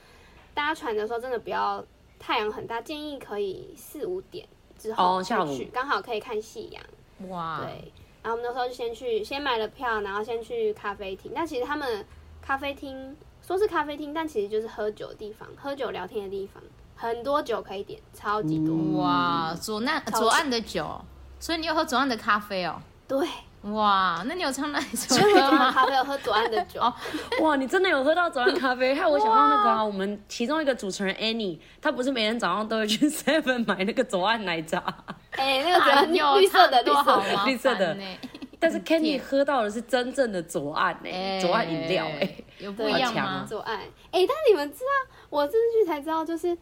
C: 搭船的时候真的不要太阳很大，建议可以四五点之后
A: 哦下午
C: 再去，刚好可以看夕阳。
B: 哇，
C: 对，然后我们那时候就先去，先买了票，然后先去咖啡厅。但其实他们咖啡厅说是咖啡厅，但其实就是喝酒的地方，喝酒聊天的地方，很多酒可以点，超级多。
A: 嗯
B: 哇，左岸
C: 级
B: 左岸的酒，所以你有喝左岸的咖啡哦。
C: 对，
B: 哇，那你有唱那一首
C: 所以我
B: 歌
C: 昨晚
B: 吗？
C: 咖啡有喝左岸的酒，
B: 哦
A: 哇，你真的有喝到早上咖啡，害我想到那个、啊、我们其中一个主持人 Annie，她不是每天早上都会去 Seven 买那个左岸奶茶，
C: 哎、那个左
B: 哎
C: 岸
B: 呦
C: 绿色的，绿
B: 多
C: 色
B: 好
C: 的。
B: 吗？
A: 绿色的但是 Kenny 喝到的是真正的左岸哎、
B: 哎
A: 左岸饮料哎、
B: 有不
C: 对
B: 一样
A: 好强
B: 吗
A: 哦？
C: 左岸，哎、但你们知道，我这次去才知道，就是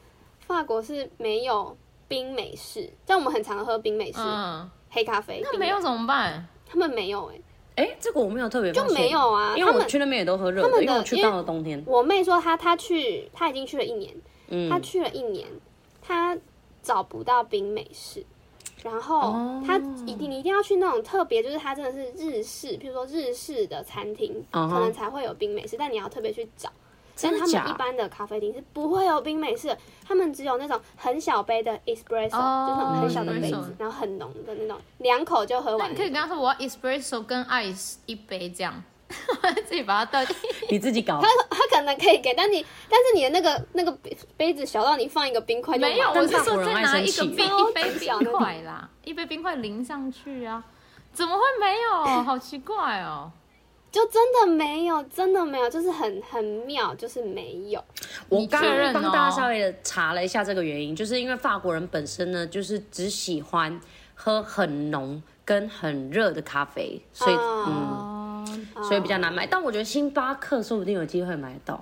C: 法国是没有冰美式，但我们很常喝冰
A: 哦
C: 美式、
B: 嗯，
C: 黑咖啡。
B: 那
C: 冰
B: 没有怎么办？
C: 他们没有哎、
A: 哎、这个我没有特别
C: 就
A: 发现
C: 没有啊
A: 因为
C: 他
A: 我
C: 们
A: 去那边也都喝热
C: 他们
A: 的，
C: 的
A: 因为我去
C: 因为
A: 到了冬天，
C: 我妹说她她去她已经去了一年，
A: 嗯，
C: 她去了一年，她找不到冰美式，然
A: 哦
C: 后她一定你一定要去那种特别，就是她真的是日式，譬如说日式的餐厅，
A: 嗯哼
C: 可能才会有冰美式，但你要特别去找。但
A: 真
C: 他
A: 的
C: 们
A: 假
C: 一般的咖啡厅是不会有冰美式的，他们只有那种很小杯的 espresso，、
B: 哦
C: 就是那种很小的杯子
B: espresso，
C: 然后很浓的那种，两口就喝
B: 那
C: 完
B: 你
C: 了
B: 可。以跟他说我要 espresso 跟 ice 一杯这样， 自己把它倒进。
A: 你自己搞
C: 他，他可能可以给，但你但是你的那个那个杯杯子小到你放一个冰块就
B: 没有，
C: 满
B: 我
C: 了
B: 是说再拿一个冰
C: 超
B: 一杯
C: 级哦小
B: 冰
C: 的
B: 块啦，一杯冰块淋上去啊，怎么会没有？好奇怪哦。
C: 就真的没有，真的没有，就是很很妙，就是没有。
A: 我刚
B: 确认哦
A: 刚帮大家稍微的查了一下这个原因，就是因为法国人本身呢，就是只喜欢喝很浓跟很热的咖啡，所以、
C: 哦
B: 哦，
A: 嗯，所以比较难买。但我觉得星巴克说不定有机会买到。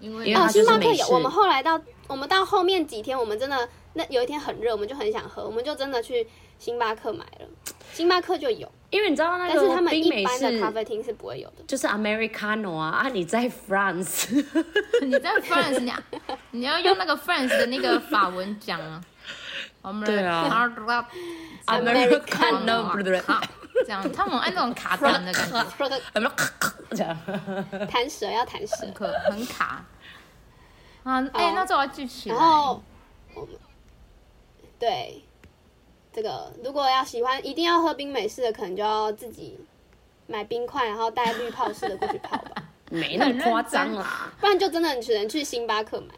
B: 因
A: 因
B: 为
A: 为它
C: 哦，
A: 就
C: 星
A: 是
C: 巴克
A: 美
C: 有。
A: 式
C: 我们后来到我们到后面几天，我们真的那有一天很热，我们就很想喝，我们就真的去星巴克买了，星巴克就有，
A: 因为你知道那
C: 但是他
A: 个
C: 们
A: 冰
C: 一
A: 美
C: 般的
A: 式
C: 咖啡厅是不会有的。
A: 就是 Americano 啊啊！你在 France，
B: 你在 France，你要啊你要用那个 France 的那个法文讲啊。我们
A: 对啊 Americano，不对不对，
B: 啊这样，他们按那种卡痰的感觉，
C: 说个
A: 我们咔咔这样，
C: 弹舌要弹舌
B: 很，可很卡。啊，哎、
A: 哦
B: 那时候我要记起来
C: 然。后我们对这个如果要喜欢一定要喝冰美式的，可能就要自己买冰块，然后带滤泡式的过去泡吧，
A: 没那么夸张啊啦。
C: 不然就真的只能去星巴克买。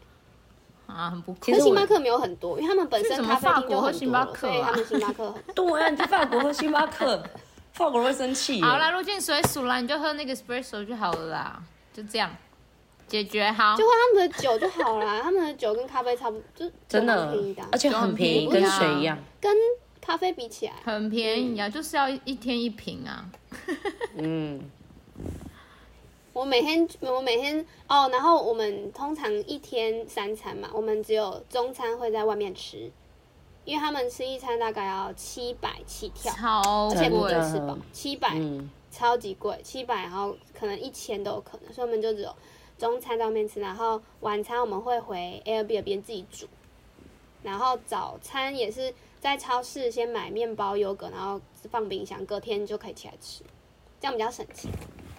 B: 啊，很不酷
A: 其
C: 可
A: 实
C: 是
A: 我
C: 星巴克没有很多，因为他们本身咖
B: 这
C: 啡厅就
B: 怎
C: 很
B: 么法
C: 多了，
B: 国
C: 所
B: 喝星巴克啊
C: 以他们星巴克很
A: 对啊，你去法国喝星巴 克，法国人会生气耶。
B: 好啦，如果你水数啦，你就喝那个 espresso 就好了啦，就这样解决好
C: 就。喝他们的酒就好
B: 啊
C: 啦，他们的酒跟咖啡差不多，就是
A: 真
C: 都蛮
A: 的
C: 便宜 的啊，
A: 而且很便宜，
B: 就很便
A: 跟
B: 宜啊
A: 水一样。
C: 跟咖啡比起来，
B: 很便宜啊，就是要一天一瓶啊。
A: 嗯，
C: 我每天我每天哦，然后我们通常一天三餐嘛，我们只有中餐会在外面吃，因为他们吃一餐大概要七百起跳，
B: 超
C: 而且不
B: 贵
A: 真
C: 能
A: 的
C: 吃饱，七百、
A: 嗯，
C: 超级贵，七百，然后可能一千都有可能，所以我们就只有中餐在外面吃，然后晚餐我们会回 Airbnb 自己煮，然后早餐也是在超市先买面包、优格，然后放冰箱，隔天就可以起来吃，这样比较省钱。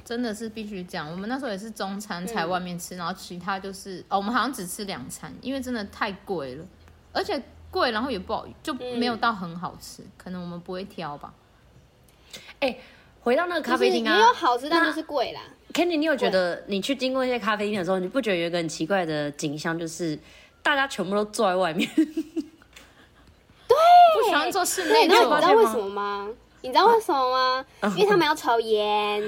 B: 真的是必须这样。我们那时候也是中餐才外面吃，然后其他就是哦，我们好像只吃两餐，因为真的太贵了，而且贵，然后也不好，就没有到很好吃，可能我们不会挑吧。
A: 哎回到那个咖啡厅
C: 就是也有
A: 啊
C: 好吃，但就是贵啦。
A: ，Kenny，你有觉得你去经过一些咖啡厅的时候，你不觉得有一个很奇怪的景象，就是大家全部都坐在外面？
B: 不喜欢做室
C: 对，
B: 内
C: 然
B: 的
C: 后
A: 有发
C: 你
A: 现
C: 知道为
A: 吗哦
C: 什么吗？你知道为什 么吗？因为他们要抽烟，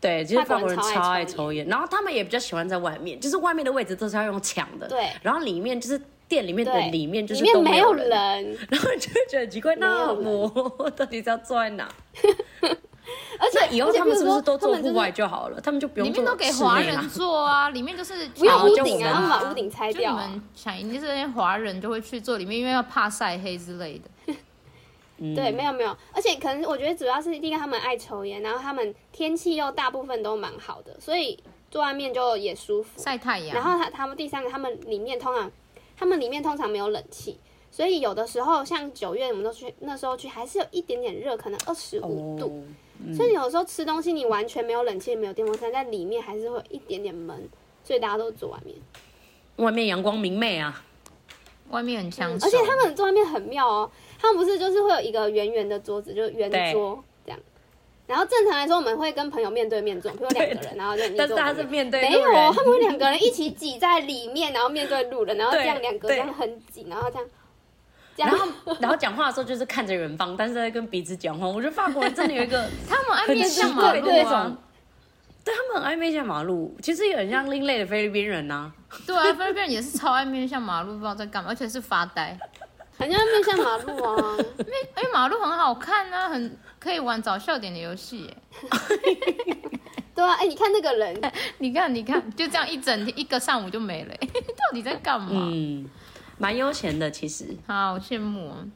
A: 对，就是法
C: 法
A: 国
C: 国
A: 人
C: 人
A: 超
C: 超
A: 爱
C: 爱
A: 抽
C: 抽
A: 烟，然后他们也比较喜欢在外面，就是外面的位置都是要用抢的，
C: 对
A: 然后里面就是店里面的
C: 对，
A: 里面就是
C: 里面
A: 都没
C: 没有
A: 人，
C: 人，
A: 然后你就会觉得很奇怪，那
C: 没有
A: 我 到底是要坐在哪？
C: 而且
A: 以后
C: 而且
A: 他们
C: 譬如
A: 是不是
C: 说
A: 都坐
C: 他们就
A: 户
C: 是
A: 外就好了？他们就不用
B: 里面
A: 坐
B: 都给
A: 室
B: 华
A: 内啦
B: 人做啊，里面就是
C: 不用
A: 好
C: 屋
A: 就
C: 顶
A: 我们
C: 啊，他们把屋顶拆
B: 就你
C: 掉啊。
B: 们想，你这些华人就会去做里面，因为要怕晒黑之类的。嗯
C: 对，没有没有，而且可能我觉得主要是第一个他们爱抽烟，然后他们天气又大部分都蛮好的，所以坐外面就也舒服。
B: 晒太阳，
C: 然后他他们第三个，他们里面通常他们里面通常没有冷气，所以有的时候像九月我们都去那时候去还是有一点点热，可能二十五度。
A: 哦，
C: 所以有时候吃东西你完全没有冷气，没有电风扇，在里面还是会有一点点闷，所以大家都坐外面。
A: 外面阳光明媚啊，
B: 外面
A: 嗯
B: 很抢手，
C: 嗯而且他们坐外面很妙哦，他们不是就是会有一个圆圆的桌子，就是圆
A: 对
C: 桌这样，然后正常来说，我们会跟朋友面对面坐，比如两个人，然后就你
A: 但是
C: 坐
A: 他
C: 我
A: 是面对
C: 没
A: 路
C: 有，
B: 啊
C: 哦
A: 人
C: 他们会两个人一起挤在里面，然后面对路人，然后
A: 对
C: 这样两个
A: 对
C: 这样很挤，然后这样，这
A: 然
C: 样
A: 后然后讲话的时候就是看着远方，但是在跟鼻子讲话。我觉得法国人真的有一个
B: 他们爱
A: 很
B: 面
A: 奇
B: 向马
A: 怪
B: 路
A: 的
C: 对
A: 那
B: 啊
A: 种，，对他们很爱面向马路，其实也很像另类的菲律宾人呐、
B: 对啊，菲律宾人也是超爱面向马路，不知道在干嘛，而且是发呆。
C: 很像面向马路 啊。
B: 因哎为马路很好看啊，很可以玩找笑点的游戏耶。
C: 对啊，哎，你看那个人，
B: 你看，你 看，就这样一整天一个上午就没了耶， 到底在干嘛？
A: 嗯，蛮悠闲的其实。
B: 好羡慕 哦。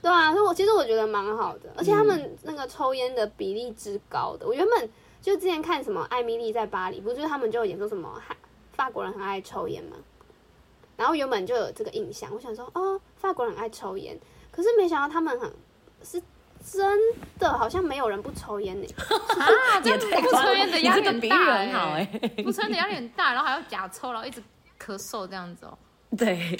C: 对啊，所以我其实我觉得蛮好的，而且他们那个抽烟的比例之高的，我原本就之前看什么《艾米丽在巴黎》，不是他们就有演说什么哈法国人很爱抽烟嘛，然后原本就有这个印象，我想说哦，法国人很爱抽烟，可是没想到他们很是真的好像没有人不抽烟呢、
B: 啊，这
A: 也
B: 样
A: 太
B: 不
A: 夸张
B: 抽
A: 了
B: 烟的压
A: 你这
B: 力
A: 个
B: 很
A: 比喻
B: 大欸
A: 很好哎、
B: 不抽烟的压力很大，然后还要假抽，然后一直咳嗽这样子哦。
A: 对，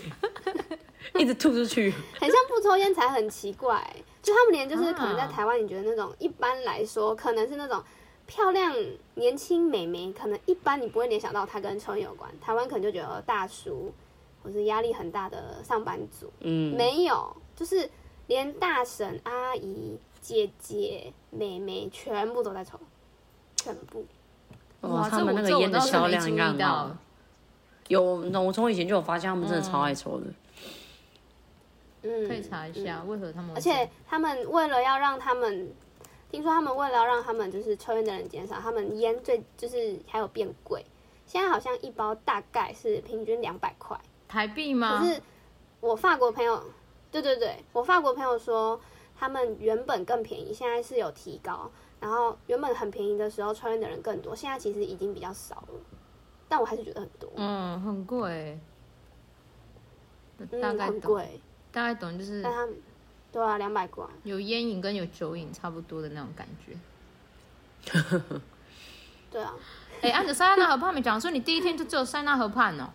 A: 一直吐出去。
C: 很像不抽烟才很奇怪、欸就他们连就是
B: 啊
C: 可能在台湾，你觉得那种一般来说，可能是那种漂亮年轻美眉，可能一般你不会联想到她跟抽烟有关。台湾可能就觉得大叔或是压力很大的上班族，
A: 嗯，
C: 没有，就是连大婶、阿姨、姐姐、妹妹全部都在抽，全部。
A: 哇，
B: 这
A: 他
B: 我
A: 们那个
B: 这我
A: 烟的
B: 倒是
A: 销量
B: 没
A: 哦
B: 注
A: 应
B: 意
A: 该很
B: 到
A: 好。有，我从以前就有发现，他们真的超爱抽的。
C: 嗯，
B: 可以查一
A: 嗯
B: 下为何他们会
C: 而
B: 这样。
C: 且他们为了要让他们，听说他们为了要让他们就是抽烟的人减少，他们烟最就是还有变贵，现在好像一包大概是平均两百块。
B: 台币吗
C: 可？是我法国朋友，对对对，我法国朋友说他们原本更便宜，现在是有提高，然后原本很便宜的时候抽烟的人更多，现在其实已经比较少了，但我还是觉得很多，
B: 嗯，很贵。大
C: 嗯，
B: 概
C: 很
B: 懂，
C: 贵，
B: 大概懂，就是
C: 但他们对啊，两百块。
B: 有烟瘾跟有酒瘾差不多的那种感觉。
C: 对啊，
B: 哎，按着塞纳河畔，没讲说你第一天就只有塞纳河畔哦。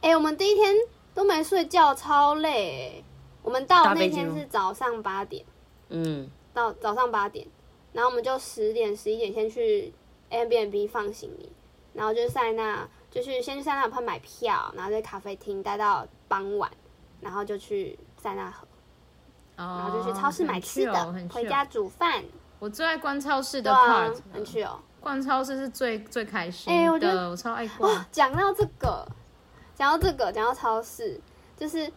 C: 哎、我们第一天都没睡觉，超累欸、我们到
A: 搭
C: 那
A: 飞机
C: 天
A: 吗
C: 是早上八点，
A: 嗯，
C: 到早上八点，然后我们就十点十一点先去 Airbnb 放行李，然后就塞纳，就是先去塞纳河畔买票，然后在咖啡厅待到傍晚，然后就去塞纳河，然
B: 然
C: 后就
A: 哦
C: 去超市买吃的，回家煮饭，
B: 我最爱逛超市的
C: 对啊
B: part，、，
C: 很去哦。
B: 逛超市是最最开心的，
C: 哎我觉得
B: 我超爱逛。
C: 哦，讲到这个，讲到这个，讲到超市，就是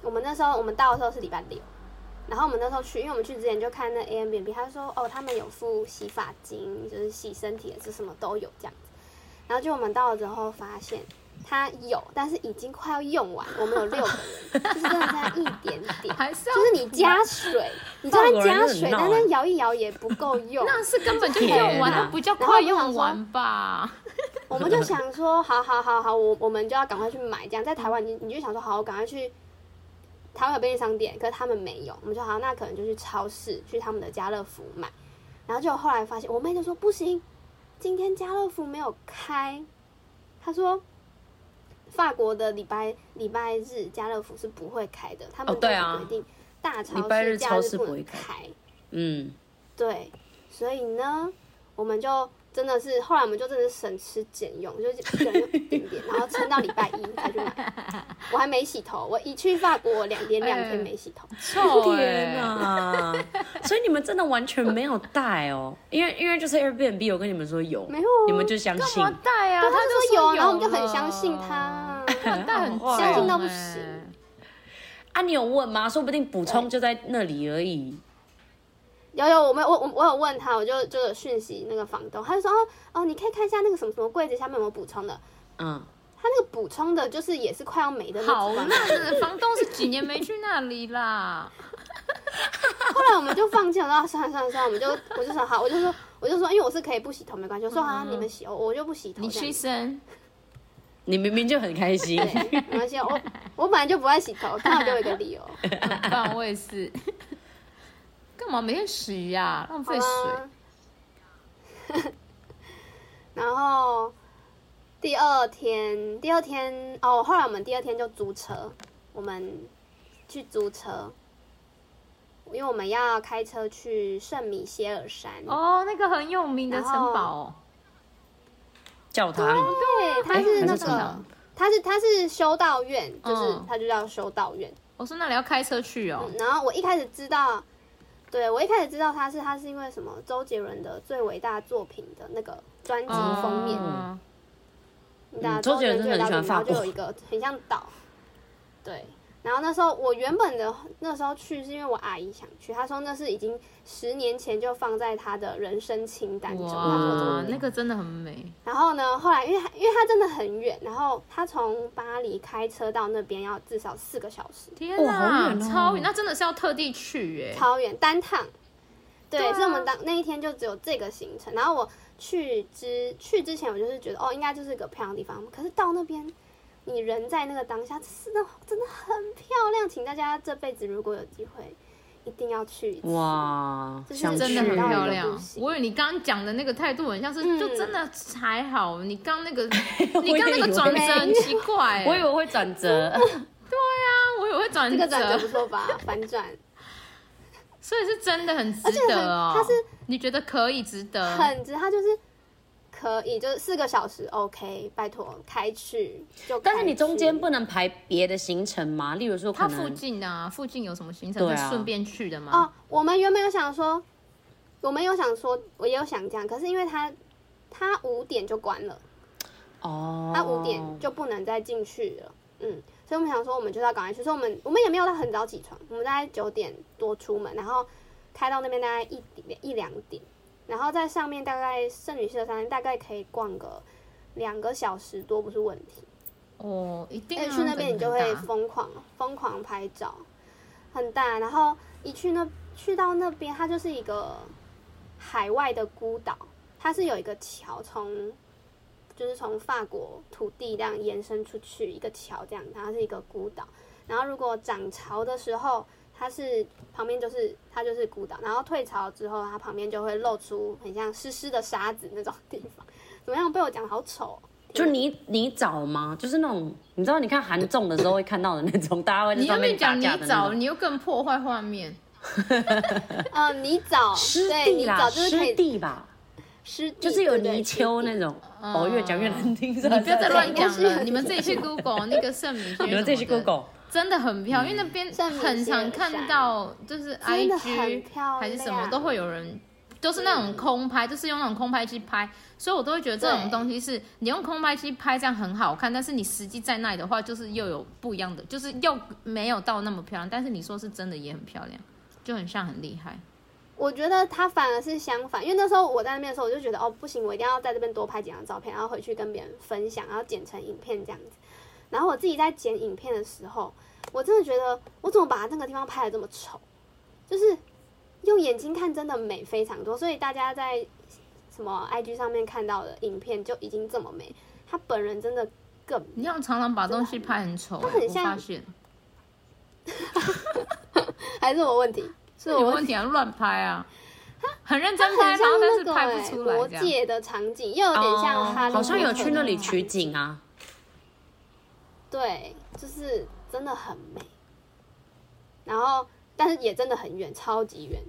C: 我们那时候我们到的时候是礼拜六，然后我们那时候去，因为我们去之前就看那 A M B B，他就说哦，他们有附洗发精，就是洗身体的，是什么都有这样子。然后就我们到了之后发现它有，但是已经快要用完，我们有六个人，就是真的在一点 点。
B: 还是要
C: 就是你加水，你就
A: 法
C: 算
A: 国人
C: 加
A: 很
C: 水，
A: 闹
C: 但
A: 欸
C: 是摇一摇也不够 用。
B: 那是根本就用完，
A: 天哪
B: 那不叫啊快用完吧？
C: 我们就想说，好好好好，我我们就要赶快去买。这样在台湾，你你就想说，好，我赶快去台湾有便利商店，可是他们没有，我们就好，那可能就去超市，去他们的家乐福买。然后就后来发现，我妹就说不行，今天家乐福没有开。她说，法国的礼拜礼拜日家乐福是不会开的，他们
A: 哦对啊
C: 都是规定大超
A: 礼拜
C: 市
A: 日
C: 假
A: 超
C: 日
A: 市
C: 不
A: 不会
C: 能
A: 开
C: 开。
A: 嗯，
C: 对，所以呢，我们就真的是后来我们就真的是省吃俭用，就是一个人就一点点，然后撑到礼拜一才去买。我还没洗头，我一去法国，我两连两天没洗
B: 嗯
C: 头。
B: 臭
A: 天
B: 哎、
A: 哪！嗯所以你们真的完全没有带哦，因为因为就是 Airbnb 我跟你们说有，
C: 没有啊
A: 你们就相信
B: 干嘛带啊？
C: 他
B: 他
C: 就
B: 就
C: 说有啊，
B: 了
C: 然后我们就很相信，他。
B: 但很重
A: 相信
C: 到不
B: 哎
C: 行
A: 啊？你有问吗？说不定补充就在那里而已。
C: 有有，我们我我我有问他，我就就有讯息那个房东，他就说哦哦，你可以看一下那个什么什么柜子下面有没有补充的。
A: 嗯，
C: 他那个补充的，就是也是快要没的那
B: 好
C: 种。
B: 那房东是几年没去那里啦？
C: 后来我们就放弃了，说算了算了算了，我们就我就说好，我就说我就说，因为我是可以不洗头没关系，我说啊你们洗，我就不洗头。
B: 你
C: 这样
B: 牺牲，
A: 你明明就很开心。
C: 对，没关系，我我本来就不爱洗头，刚好给我一个理由。
B: 很棒，我也是。干嘛每天洗呀、浪费
C: 好啊
B: 水。
C: 啦 然后第二天，第二天哦，后来我们第二天就租车，我们去租车，因为我们要开车去圣米歇尔山。
B: 哦，那个很有名的城堡哦，
A: 教堂
C: 对，它
A: 哎
C: 是
A: 还
C: 那
A: 是城
C: 个
A: 堡，
C: 它是它是修道院，就是
B: 嗯
C: 它就叫修道院。
B: 我说那里要开车去哦，
C: 然后我一开始知道，对我一开始知道他是他是因为什么周杰伦的最伟大作品的那个专辑封面，
B: 哦
C: 你知
A: 嗯
C: 道
A: 周杰伦
C: 最
A: 真的很
C: 伟大
A: 喜欢法
C: 作品然后就有
A: 国
C: 一个很像岛，对。然后那时候我原本的那时候去是因为我阿姨想去，她说那是已经十年前就放在她的人生清单中，她说这个
B: 哇，那个真的很美，
C: 然后呢，后来因为它因为它真的很远，然后他从巴黎开车到那边要至少四个小时，
B: 天
A: 哇好
B: 哪，
A: 远哦
B: 超远，那真的是要特地去耶，
C: 超远单趟。对，
B: 对啊
C: 所以我们当那一天就只有这个行程。然后我去之去之前，我就是觉得哦，应该就是个漂亮的地方。可是到那边，你人在那个当下，真的真的很漂亮。请大家这辈子如果有机会，一定要去一次。
A: 哇，
C: 这是
A: 想
B: 真的
A: 去
B: 很
A: 了
B: 漂亮
C: 不。行
B: 我以为你刚刚讲的那个态度很像是，
C: 嗯
B: 就真的还好。你刚 那个，
A: 我
B: 你刚那
A: 也以
B: 个
A: 为
B: 转折很奇怪、
A: 我以为会转折，
B: 啊我以为会转
C: 这个转折不
B: 折，
C: 错吧？反转
B: 所以是真的很值得哦。
C: 而且很它是
B: 你觉得可以值
A: 嗯
B: 得？
C: 很值，它就是可以，就是四个小时 OK，拜托开去就开
A: 但
C: 去。
A: 是你中间不能排别的行程吗？例如说可
B: 它附
A: 能
B: 近啊，附近有什么行程
A: 对
B: 可
A: 啊
B: 以顺便去的吗？
C: 哦，我们原本有想说，我们有想说，我也有想这样，可是因为他他五点就关了，
A: 哦，
C: 他五点就不能再进去了，嗯，所以我们想说，我们就是要赶快去，所以我们我们也没有到很早起床，我们大概九点多出门，然后开到那边大概一点一两点，然后在上面大概圣女士的山大概可以逛个两个小时多，不是问题。
B: 哦，一定、啊、
C: 而且哎去那边你就
B: 真
C: 会
B: 的很大
C: 疯狂疯狂拍照，很大。然后一去那去到那边，它就是一个海外的孤岛，它是有一个桥从。就是从法国土地这样延伸出去一个桥，这样它是一个孤岛。然后如果涨潮的时候，它是旁边就是它就是孤岛，然后退潮之后，它旁边就会露出很像湿湿的沙子那种地方。怎么样？被我讲得好丑 哦、
A: 就你你找吗？就是那种你知道，你看韩综的时候会看到的那种，大家会在
B: 你又
A: 上
B: 没
A: 面打
B: 讲你
A: 架的那
B: 找，
A: 种。
B: 你又更破坏画 面。
C: 呃，泥沼，
A: 湿
C: 对，
A: 地
C: 泥
A: 啦，
C: 沼就是可
A: 湿
C: 以
A: 地吧，
C: 湿地，
A: 就是有
C: 对对
A: 泥鳅
C: 湿地
A: 那种。哦，越讲越难听，你不
B: 你不要再乱
C: 应该
B: 讲
C: 是
B: 了，你们自己去 Google 那个圣米 轩，
A: 你们自己去 Google。
B: 真的很
C: 嗯
B: 漂亮，因为那边
C: 圣米歇尔
B: 很常看到，就是
C: 真的很
B: IG
C: 漂亮嗯
B: 还是什么都会有人，都是那种空拍，就是用那种空拍机拍，所以我都会觉得这种
C: 对
B: 东西是你用空拍机拍这样很好看，但是你实际在那里的话，就是又有不一样的，就是又没有到那么漂亮，但是你说是真的也很漂亮，就很像很厉害。
C: 我觉得它反而是相反，因为那时候我在那边的时候，我就觉得哦不行，我一定要在这边多拍几张照片，然后回去跟别人分享，然后剪成影片这样子。然后我自己在剪影片的时候，我真的觉得我怎么把那个地方拍的这么丑，就是用眼睛看真的美非常多，所以大家在什么 IG 上面看到的影片就已经这么美，他本人真的更美
B: 你这样常常把东西拍很丑、欸
C: 它很
B: 我
C: 像
B: 发现
C: 还是我问题，是我
B: 有
C: 问题
B: 问题啊，乱拍啊，很认真拍，
C: 很
B: 然
C: 像
B: 后但
C: 那
B: 是
C: 个
B: 拍
C: 哎、
B: 不出来
C: 国
B: 这样。哦
C: 界的场景，又有点像哈利
A: 哦好
C: 波特的场景、
A: 像有去那里取景啊。
C: 对，就是真的很美。然后，但是也真的很远，超级远，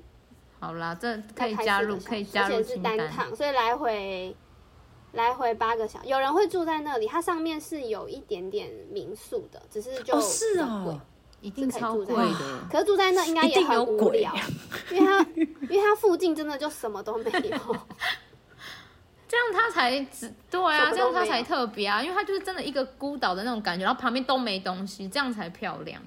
B: 好啦，这可以
C: 要开
B: 加
C: 四个
B: 入，
C: 小
B: 可以
C: 时
B: 加入
C: 而且是
B: 清
C: 单
B: 单。
C: 趟，所以来回来回八个小时。有人会住在那里，它上面是有一点点民宿的，只是就
A: 哦，是
C: 比较贵
A: 哦，
B: 一定
C: 是可以
B: 超
C: 住
B: 贵
C: 在
B: 的。
C: 可是住在那应该
A: 一
C: 也
A: 定
C: 很
A: 有
C: 无
A: 鬼
C: 聊，因为它因为它附近真的就什么都没有。
B: 这样它才只对啊，
C: 什么都
B: 这样它
C: 没有
B: 才特别啊，因为它就是真的一个孤岛的那种感觉，然后旁边都没东西，这样才漂亮。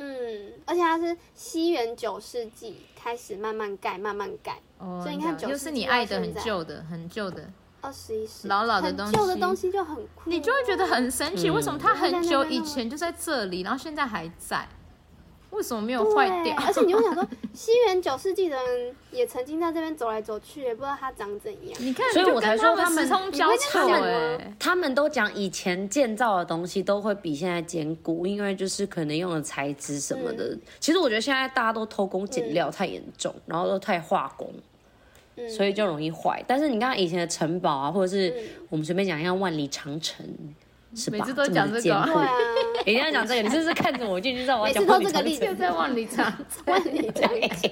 C: 嗯，而且它是西元九世纪开始慢慢盖，慢慢盖，
B: 哦，
C: 所以你看
B: 这样
C: 九
B: 又
C: 世
B: 是
C: 纪
B: 你
C: 到
B: 爱的
C: 现
B: 很
C: 在嗯
B: 旧的，很旧的，
C: 二十一世纪
B: 老老的
C: 很
B: 东
C: 旧的
B: 西
C: 东西就很酷，
B: 你就会觉得很神奇，
A: 嗯
B: 为什么它很久
C: 对
B: 以前就在这里，然后现在还在？为什么没有坏
C: 哦对
B: 掉？
C: 而且你会想说， 西元九世纪的人也曾经在这边走来走去，也不知道他长怎样。
B: 你看，
A: 所以
B: 就
A: 我
B: 跟
A: 才说
B: 们
A: 他们
B: 时空
C: 你
B: 交
C: 会这
B: 错
C: 样想
B: 哎、
C: 吗
A: 他们都讲以前建造的东西都会比现在坚固，因为就是可能用的材质什么
C: 嗯
A: 的。其实我觉得现在大家都偷工减料太严重，然后都太化工，
C: 嗯，
A: 所以就容易坏。但是你看以前的城堡啊，或者是
C: 嗯
A: 我们随便讲一下万里长城，是吧？
B: 每次都讲
A: 这么
B: 这个
A: 的艰
B: 啊
A: 苦
C: 对啊，
A: 一定要讲这个，你是不是看着我进去知道我要
C: 每
A: 讲
C: 次
A: 话
C: 都
A: 你
C: 这
A: 才
C: 个
A: 会
C: 例
A: 知道
C: 子
B: 又在往里藏。
C: 问啊你这样子，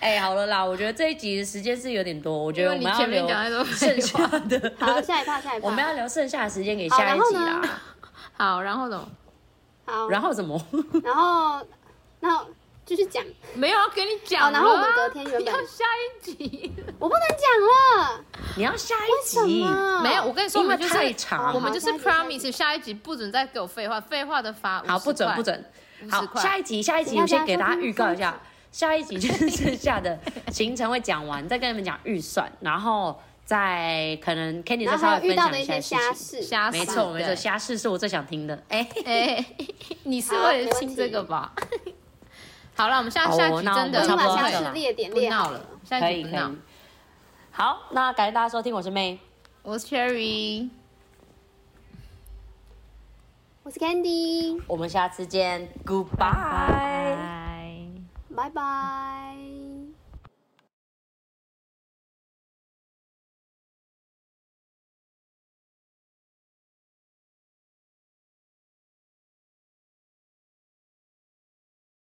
A: 哎、好了啦，我觉得这一集的时间是有点多，我觉得我
B: 因为
A: 们要
B: 你前面
A: 留
B: 讲太多
A: 剩
B: 废
A: 下的，
C: 好，下一趴，下一 趴，
A: 我们要留剩下的时间给
C: 好
A: 下一集
C: 然后呢
A: 啦。
B: 好，然后怎么？
C: 好，
A: 然后怎么？
C: 然后，然后继续讲，
B: 没有要跟你讲
C: 哦然后我们
B: 了啊
C: 隔天原 本
B: 要下一集，
C: 我不能讲了，
A: 你要下一
C: 什
A: 集？
C: 么？
B: 没有，我跟你说，我
A: 啊因为
B: 们就是
A: 太长啊
B: 我们就是
C: 好下一集
B: promise 下一集不准再给我废话，废话的罚
A: 好，
B: 50
A: 不准
B: 块
A: 不。准。
B: 50
A: 好，
B: 块
A: 下一集下一集，我先给大家预告一下，下一集就是剩下的行程会讲完，再跟你们讲预算，然后再可能 Kenny
C: 然
A: 再
C: 后
A: 稍
C: 还有
A: 微
C: 遇
A: 分
C: 到
A: 享
C: 的一
A: 一
C: 些
A: 下
C: 虾
A: 事情。
C: 事，
B: 瞎死
A: 没错没错，
B: 对
A: 虾事是我最想听的。哎、
B: 哎，你是
C: 好
B: 为
C: 没
B: 了
C: 问
B: 听
C: 题
B: 这个吧？ 好了，我们下
A: 好哦
B: 下集
A: 那我
B: 真
A: 们
B: 的
C: 我已
A: 差
C: 经把
A: 不多
C: 虾
A: 了
C: 事列点
B: 不
C: 列好
B: 闹了，下
A: 可
B: 一
A: 以
B: 集
A: 可
B: 不闹
A: 以。。好，那感谢大家收听，我是 May。
B: 我是 Cherry，
C: 我是 Candy，
A: 我们下次见，Goodbye。
B: 拜。
C: 拜拜。